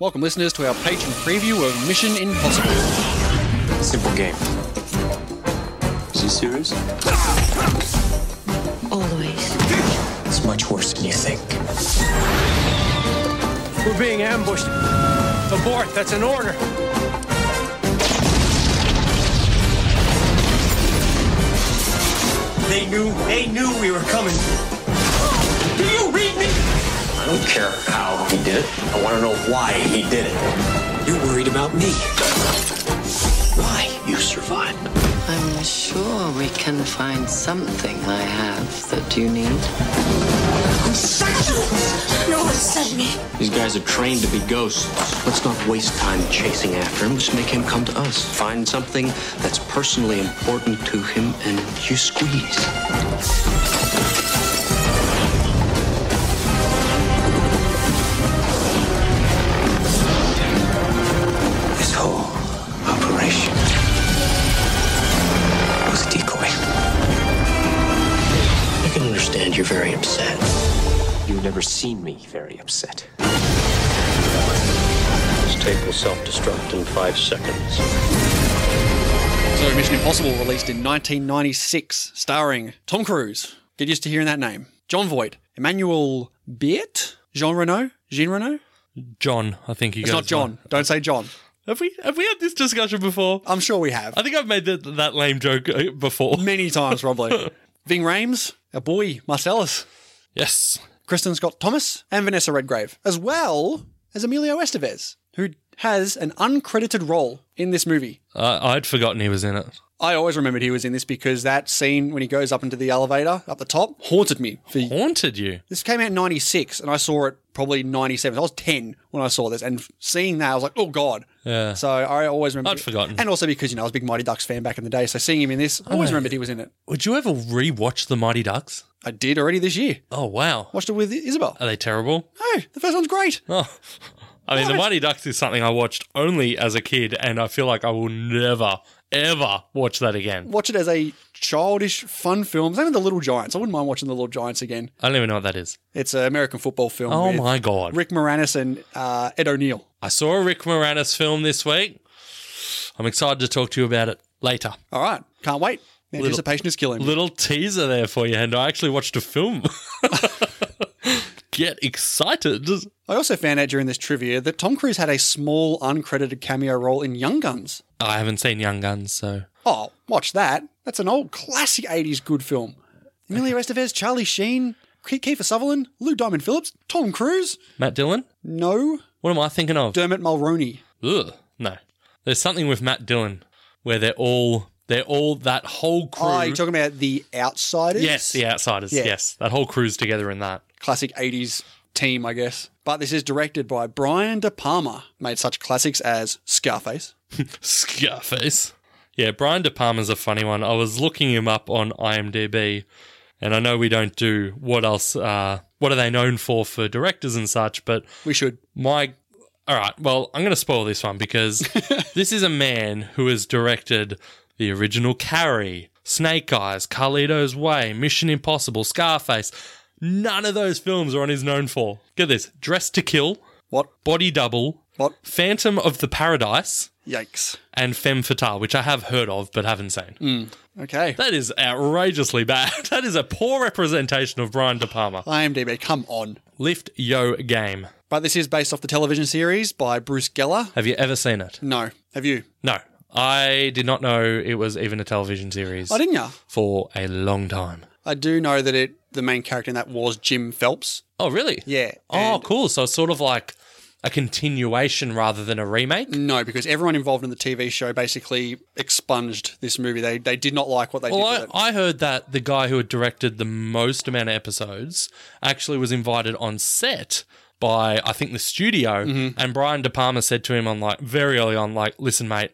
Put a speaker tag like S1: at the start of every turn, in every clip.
S1: Welcome, listeners, to our patron preview of Mission Impossible.
S2: Simple game. Is he serious?
S3: Always.
S2: It's much worse than you think.
S4: We're being ambushed. Abort, that's an order.
S5: They knew, they knew we were coming. Do you read me?
S2: I don't care how he did it. I want to know why he did it. You're worried about me. Why you survived.
S3: I'm sure we can find something I have that you need.
S6: No one sent me.
S7: These guys are trained to be ghosts. Let's not waste time chasing after him. Just make him come to us. Find something that's personally important to him and you squeeze.
S2: This whole operation was a decoy.
S7: I can understand you're very upset.
S2: You've never seen me very upset.
S7: This tape will self-destruct in five seconds.
S1: So, Mission Impossible released in 1996, starring Tom Cruise. Get used to hearing that name. John Voight, Emmanuel Beat, Jean Reno, Jean Reno.
S8: John, I think you
S1: It's
S8: goes
S1: not John. Don't say John.
S8: by. Have we have we had this discussion before?
S1: I'm sure we have
S8: I think I've made that, that lame joke uh, before.
S1: many times, probably. Ving Rhames, our boy Marcellus,
S8: Yes.
S1: Kristen Scott Thomas, and Vanessa Redgrave, as well as Emilio Estevez, who has an uncredited role in this movie.
S8: Uh, I'd forgotten he was in it.
S1: I always remembered he was in this because that scene when he goes up into the elevator up the top haunted me. For,
S8: Haunted you.
S1: this came out in 96 and I saw it probably 97. I was 10 when I saw this and seeing that I was like, oh God.
S8: Yeah.
S1: So I always remember.
S8: I'd forgotten. Oh,
S1: And also because, you know, I was a big Mighty Ducks fan back in the day. So seeing him in this, I always remembered he was in it.
S8: Would you ever re-watch The Mighty Ducks?
S1: I did already this year.
S8: Oh wow.
S1: Watched it with Isabel.
S8: Are they terrible?
S1: No, the first one's great.
S8: Oh. I mean, The Mighty Ducks is something I watched only as a kid, and I feel like I will never, ever watch that again.
S1: Watch it as a childish, fun film. Same with The Little Giants. I wouldn't mind watching The Little Giants again.
S8: I don't even know what that is.
S1: It's an American football film.
S8: Oh
S1: with
S8: my god!
S1: Rick Moranis and uh, Ed O'Neill.
S8: I saw a Rick Moranis film this week. I'm excited to talk to you about it later.
S1: All right. Can't wait. The anticipation is killing me.
S8: Little teaser there for you, and I actually watched a film. Get excited.
S1: I also found out during this trivia that Tom Cruise had a small uncredited cameo role in Young Guns.
S8: I haven't seen Young Guns, so.
S1: Oh, watch that. That's an old classic 80s good film. Emilio Estevez, Charlie Sheen, Ke- Kiefer Sutherland, Lou Diamond Phillips, Tom Cruise.
S8: Matt Dillon?
S1: No,
S8: What am I thinking of?
S1: Dermot Mulroney.
S8: Ugh, no. There's something with Matt Dillon where they're all, they're all, that whole crew.
S1: Oh, you're talking about The Outsiders?
S8: yes, The Outsiders.
S1: Yeah.
S8: Yes, that whole crew's together in that.
S1: Classic 80s team, I guess. But this is directed by Brian De Palma, made such classics as Scarface,
S8: Scarface. Yeah, Brian De Palma's a funny one. I was looking him up on IMDb, and I know we don't do what else. Uh, what are they known for for directors and such? But
S1: We should.
S8: my, all right. Well, I'm going to spoil this one because this is a man who has directed the original Carrie, Snake Eyes, Carlito's Way, Mission Impossible, Scarface. None of those films are on his known for. Get this: Dress to Kill,
S1: What?
S8: Body Double,
S1: What?
S8: Phantom of the Paradise
S1: Yikes.
S8: and Femme Fatale, which I have heard of but haven't seen.
S1: Okay.
S8: That is outrageously bad. That is a poor representation of Brian De Palma.
S1: IMDb, come on.
S8: Lift Yo Game.
S1: But this is based off the television series by Bruce Geller.
S8: Have you ever seen it?
S1: No. Have you?
S8: No. I did not know it was even a television series
S1: Oh, didn't ya?
S8: for a long time.
S1: I do know that it the main character in that was Jim Phelps.
S8: Oh, really?
S1: Yeah,
S8: Oh, cool. So it's sort of like a continuation rather than a remake?
S1: No, because everyone involved in the TV show basically expunged this movie. They they did not like what they did
S8: Well,
S1: with it.
S8: I, I heard that the guy who had directed the most amount of episodes actually was invited on set by I think the studio, and Brian De Palma said to him on like very early on, like, "Listen, mate,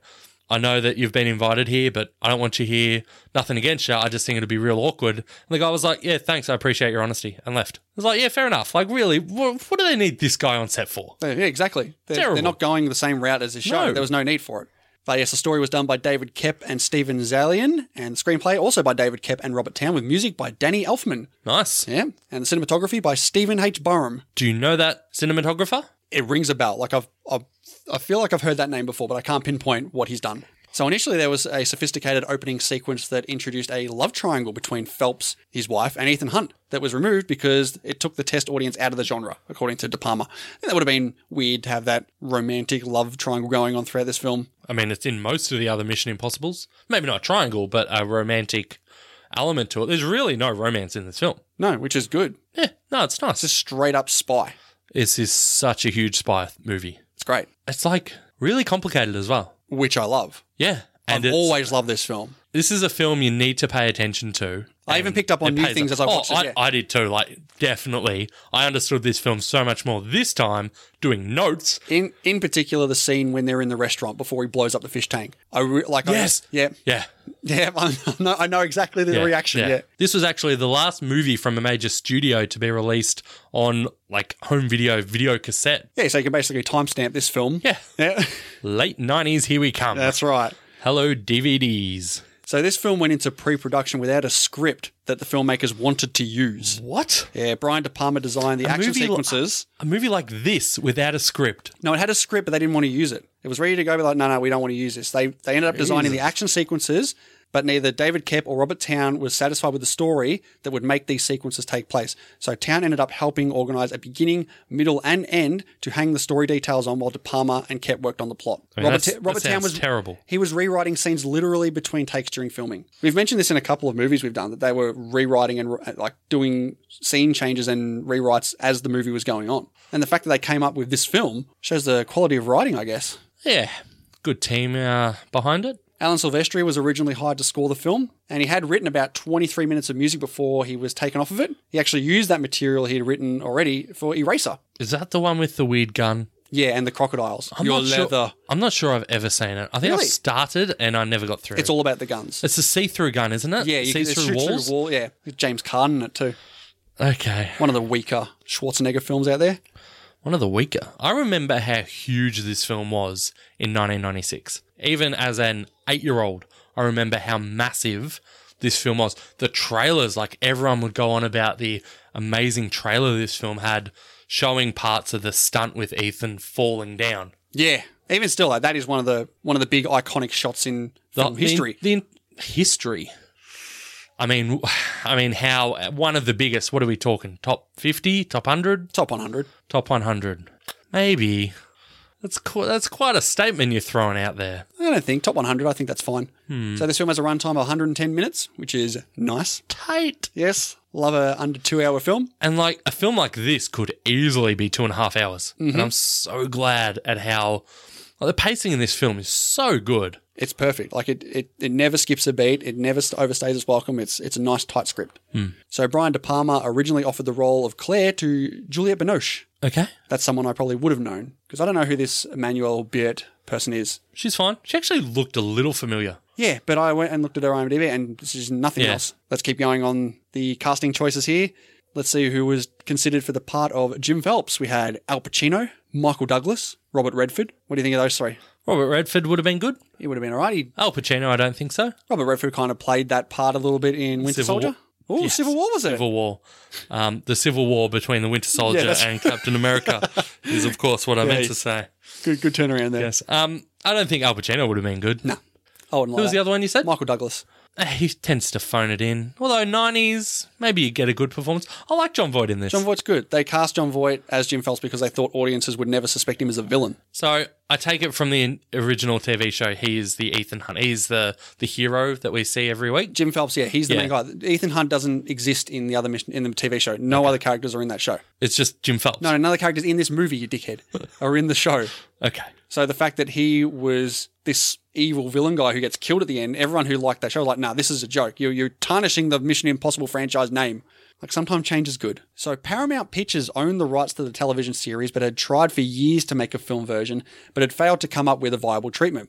S8: I know that you've been invited here, but I don't want you here. Nothing against you. I just think it'd be real awkward." And the guy was like, "Yeah, thanks. I appreciate your honesty," and left. I was like, "Yeah, fair enough. Like, really, what, what do they need this guy on set for?"
S1: yeah, exactly. They're,
S8: Terrible.
S1: they're not going the same route as the show.
S8: No.
S1: There was no need for it. But yes, the story was done by David Kep and Stephen Zalian, and the screenplay also by David Kep and Robert Town, with music by Danny Elfman.
S8: Nice.
S1: Yeah, and the cinematography by Stephen H. Burham.
S8: Do you know that cinematographer?
S1: it rings a bell. Like I've, I've, I feel like I've heard that name before, but I can't pinpoint what he's done. So initially, there was a sophisticated opening sequence that introduced a love triangle between Phelps, his wife, and Ethan Hunt that was removed because it took the test audience out of the genre, according to De Palma. And that would have been weird to have that romantic love triangle going on throughout this film.
S8: I mean, it's in most of the other Mission Impossibles. Maybe not a triangle, but a romantic element to it. There's really no romance in this film.
S1: No, which is good.
S8: Yeah, no, it's nice.
S1: Just straight up spy.
S8: This is such a huge spy movie.
S1: It's great,
S8: It's like really complicated as well.
S1: which I love.
S8: Yeah. And
S1: I've
S8: it's-
S1: always loved this film.
S8: this is a film you need to pay attention to.
S1: I even
S8: And
S1: picked up on
S8: it
S1: new
S8: pays
S1: things as
S8: off.
S1: I watched
S8: oh,
S1: it,
S8: I,
S1: yeah.
S8: I did too. Like, definitely. I understood this film so much more this time doing notes.
S1: In in particular, the scene when they're in the restaurant before he blows up the fish tank. I re- like.
S8: Yes.
S1: I, yeah.
S8: Yeah.
S1: Yeah. I know, I know exactly the
S8: yeah,
S1: reaction. Yeah.
S8: This was actually the last movie from a major studio to be released on like home video, video cassette.
S1: Yeah. So you can basically timestamp this film.
S8: Yeah.
S1: Yeah.
S8: Late 90s, here we come.
S1: That's right.
S8: Hello, DVDs.
S1: So this film went into pre-production without a script that the filmmakers wanted to use.
S8: What?
S1: Yeah, Brian De Palma designed the action
S8: movie li-
S1: sequences.
S8: A movie like this without a script.
S1: No, it had a script, but they didn't want to use it. It was ready to go, but like, no, no, we don't want to use this. They they ended up designing the action sequences, but neither David Kep or Robert Town was satisfied with the story that would make these sequences take place. So Town ended up helping organize a beginning, middle, and end to hang the story details on, while De Palma and Kep worked on the plot.
S8: mean,
S1: Robert,
S8: that's-
S1: Ta- Robert
S8: that
S1: Town
S8: sounds
S1: was
S8: terrible.
S1: He was rewriting scenes literally between takes during filming. We've mentioned this in a couple of movies we've done that they were rewriting and re- like doing scene changes and rewrites as the movie was going on. And the fact that they came up with this film shows the quality of writing, I guess.
S8: Yeah. Good team uh, behind it.
S1: Alan Silvestri was originally hired to score the film, and he had written about 23 minutes of music before he was taken off of it. He actually used that material he'd written already for Eraser.
S8: Is that the one with the weird gun?
S1: Yeah, and the crocodiles.
S8: I'm
S1: Your
S8: not sure-
S1: leather.
S8: I'm not sure I've ever seen it. I think I
S1: Really?
S8: started and I never got through.
S1: It's all about the guns.
S8: It's a see-through gun, isn't it?
S1: yeah, you
S8: see
S1: can
S8: through
S1: shoot
S8: walls.
S1: through a wall. Yeah, James Caan in it too.
S8: Okay,
S1: One of the weaker Schwarzenegger films out there.
S8: one of the weaker. I remember how huge this film was in 1996. Even as an eight-year-old, I remember how massive this film was. The trailers, like everyone would go on about the amazing trailer this film had, showing parts of the stunt with Ethan falling down.
S1: Yeah. Even still, like, that is one of the one of the big iconic shots in film history.
S8: The, the history. I mean, I mean, how one of the biggest? What are we talking? Top fifty? Top hundred?
S1: Top 100.
S8: Top one hundred? Maybe. That's qu- that's quite a statement you're throwing out there.
S1: I don't think top 100. I think that's fine. So this film has a runtime of 110 minutes, which is nice.
S8: Tight.
S1: Yes, love a under two hour film.
S8: And like a film like this could easily be two and a half hours.
S1: Mm-hmm.
S8: And I'm so glad at how like, the pacing in this film is so good.
S1: It's perfect. Like it, it, it never skips a beat. It never st- overstays its welcome. It's it's a nice tight script. So Brian De Palma originally offered the role of Claire to Juliette Binoche.
S8: Okay.
S1: That's someone I probably would have known because I don't know who this Emmanuel Beard person is.
S8: She's fine. She actually looked a little familiar.
S1: Yeah, but I went and looked at her IMDb and this is nothing
S8: Yeah.
S1: else. Let's keep going on the casting choices here. Let's see who was considered for the part of Jim Phelps. We had Al Pacino, Michael Douglas, Robert Redford. What do you think of those three?
S8: Robert Redford would have been good.
S1: It would have been all right. He
S8: Al Pacino, I don't think so.
S1: Robert Redford kind of played that part a little bit in Winter
S8: Civil
S1: Soldier.
S8: War.
S1: Oh,
S8: Yes.
S1: Civil War was it?
S8: Civil War. Um, the Civil War between the Winter Soldier
S1: that's-
S8: and Captain America is, of course, what I meant to say.
S1: Good, good turnaround there.
S8: Yes. Um, I don't think Al Pacino would have been good. No.
S1: I wouldn't
S8: Who
S1: like
S8: was the
S1: that.
S8: other one you said?
S1: Michael Douglas.
S8: Uh, He tends to phone it in. Although 90s, maybe you get a good performance. I like John Voight in this.
S1: John Voight's good. They cast John Voight as Jim Phelps because they thought audiences would never suspect him as a villain.
S8: so I take it from the in- original TV show, he is the Ethan Hunt. He's the, the hero that we see every week.
S1: Jim Phelps, yeah, he's the
S8: Yeah.
S1: main guy. Ethan Hunt doesn't exist in the other mission in the TV show. No other characters are in that show.
S8: It's just Jim Phelps.
S1: No, no, other characters in this movie, you dickhead, are in the show.
S8: Okay.
S1: So the fact that he was this evil villain guy who gets killed at the end, everyone who liked that show was like, nah, this is a joke. You're, you're tarnishing the Mission Impossible franchise name. Like, sometimes change is good. So Paramount Pictures owned the rights to the television series, but had tried for years to make a film version, but had failed to come up with a viable treatment.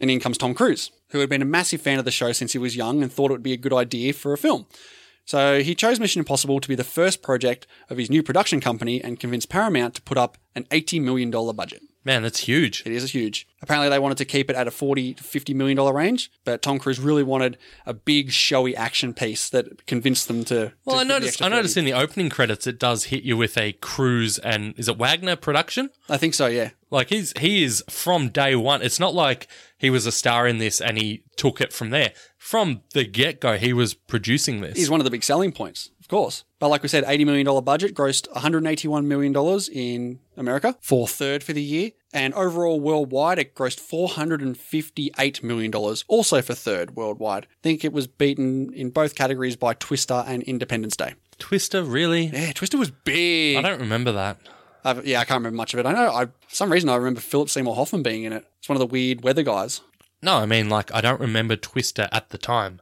S1: And in comes Tom Cruise, who had been a massive fan of the show since he was young and thought it would be a good idea for a film. So he chose Mission Impossible to be the first project of his new production company and convinced Paramount to put up an $80 million budget.
S8: Man, that's huge.
S1: It is huge. Apparently, they wanted to keep it at a forty to fifty million dollar range, but Tom Cruise really wanted a big, showy action piece that convinced them to.
S8: Well,
S1: to
S8: I
S1: give the
S8: noticed.
S1: extra
S8: I
S1: 40.
S8: noticed in the opening credits, it does hit you with a Cruise and is it Wagner production?
S1: I think so. Yeah,
S8: Like he's he is from day one. It's not like he was a star in this and he took it from there. From the get go, he was producing this.
S1: is one of the big selling points, of course. But like we said, eighty million dollar budget grossed one hundred eighty one million dollars in America for third for the year, and overall worldwide it grossed four hundred and fifty eight million dollars, also for third worldwide. I think it was beaten in both categories by Twister and Independence Day.
S8: Twister, really?
S1: Yeah, Twister was big.
S8: I don't remember that.
S1: I've, yeah, I can't remember much of it. I know I for some reason I remember Philip Seymour Hoffman being in it. It's one of the weird weather guys.
S8: No, I mean like I don't remember Twister at the time.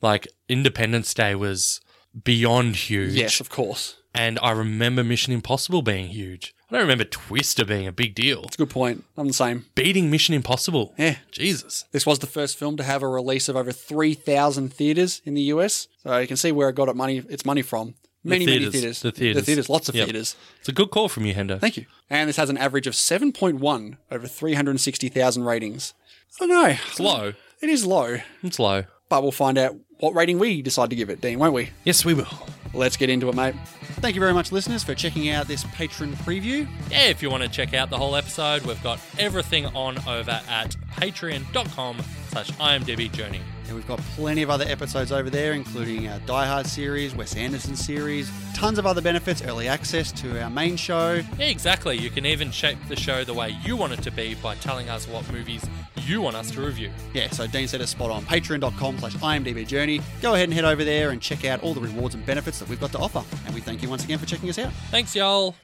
S8: Like Independence Day was beyond huge.
S1: Yes, of course.
S8: And I remember Mission Impossible being huge. I don't remember Twister being a big deal.
S1: Good point. I'm the same.
S8: Beating Mission Impossible.
S1: Yeah.
S8: Jesus.
S1: This was the first film to have a release of over 3,000 theaters in the US. So you can see where it got it money its money from. Many, many
S8: theaters.
S1: theaters.
S8: The theaters.
S1: The theaters, lots of
S8: Yep.
S1: theaters.
S8: It's a good call from you, Hendo.
S1: Thank you. And this has an average of 7.1 over 360,000 ratings. I don't know.
S8: It's low.
S1: It is low,
S8: It's low.
S1: but we'll find out what rating we decide to give it, Dean, won't we?
S8: Yes, we will.
S1: Let's get into it, mate. Thank you very much, listeners, for checking out this patron preview.
S8: Yeah, if you want to check out the whole episode, we've got everything on over at patreon.com slash IMDB Journey.
S1: And we've got plenty of other episodes over there, including our Die Hard series, Wes Anderson series, tons of other benefits, early access to our main show.
S8: Yeah, exactly. You can even shape the show the way you want it to be by telling us what movies you want us to review.
S1: Yeah, so Dean said it's spot on. Patreon.com slash IMDB Journey. Go ahead and head over there and check out all the rewards and benefits that we've got to offer. And we thank you once again for checking us out.
S8: Thanks, y'all.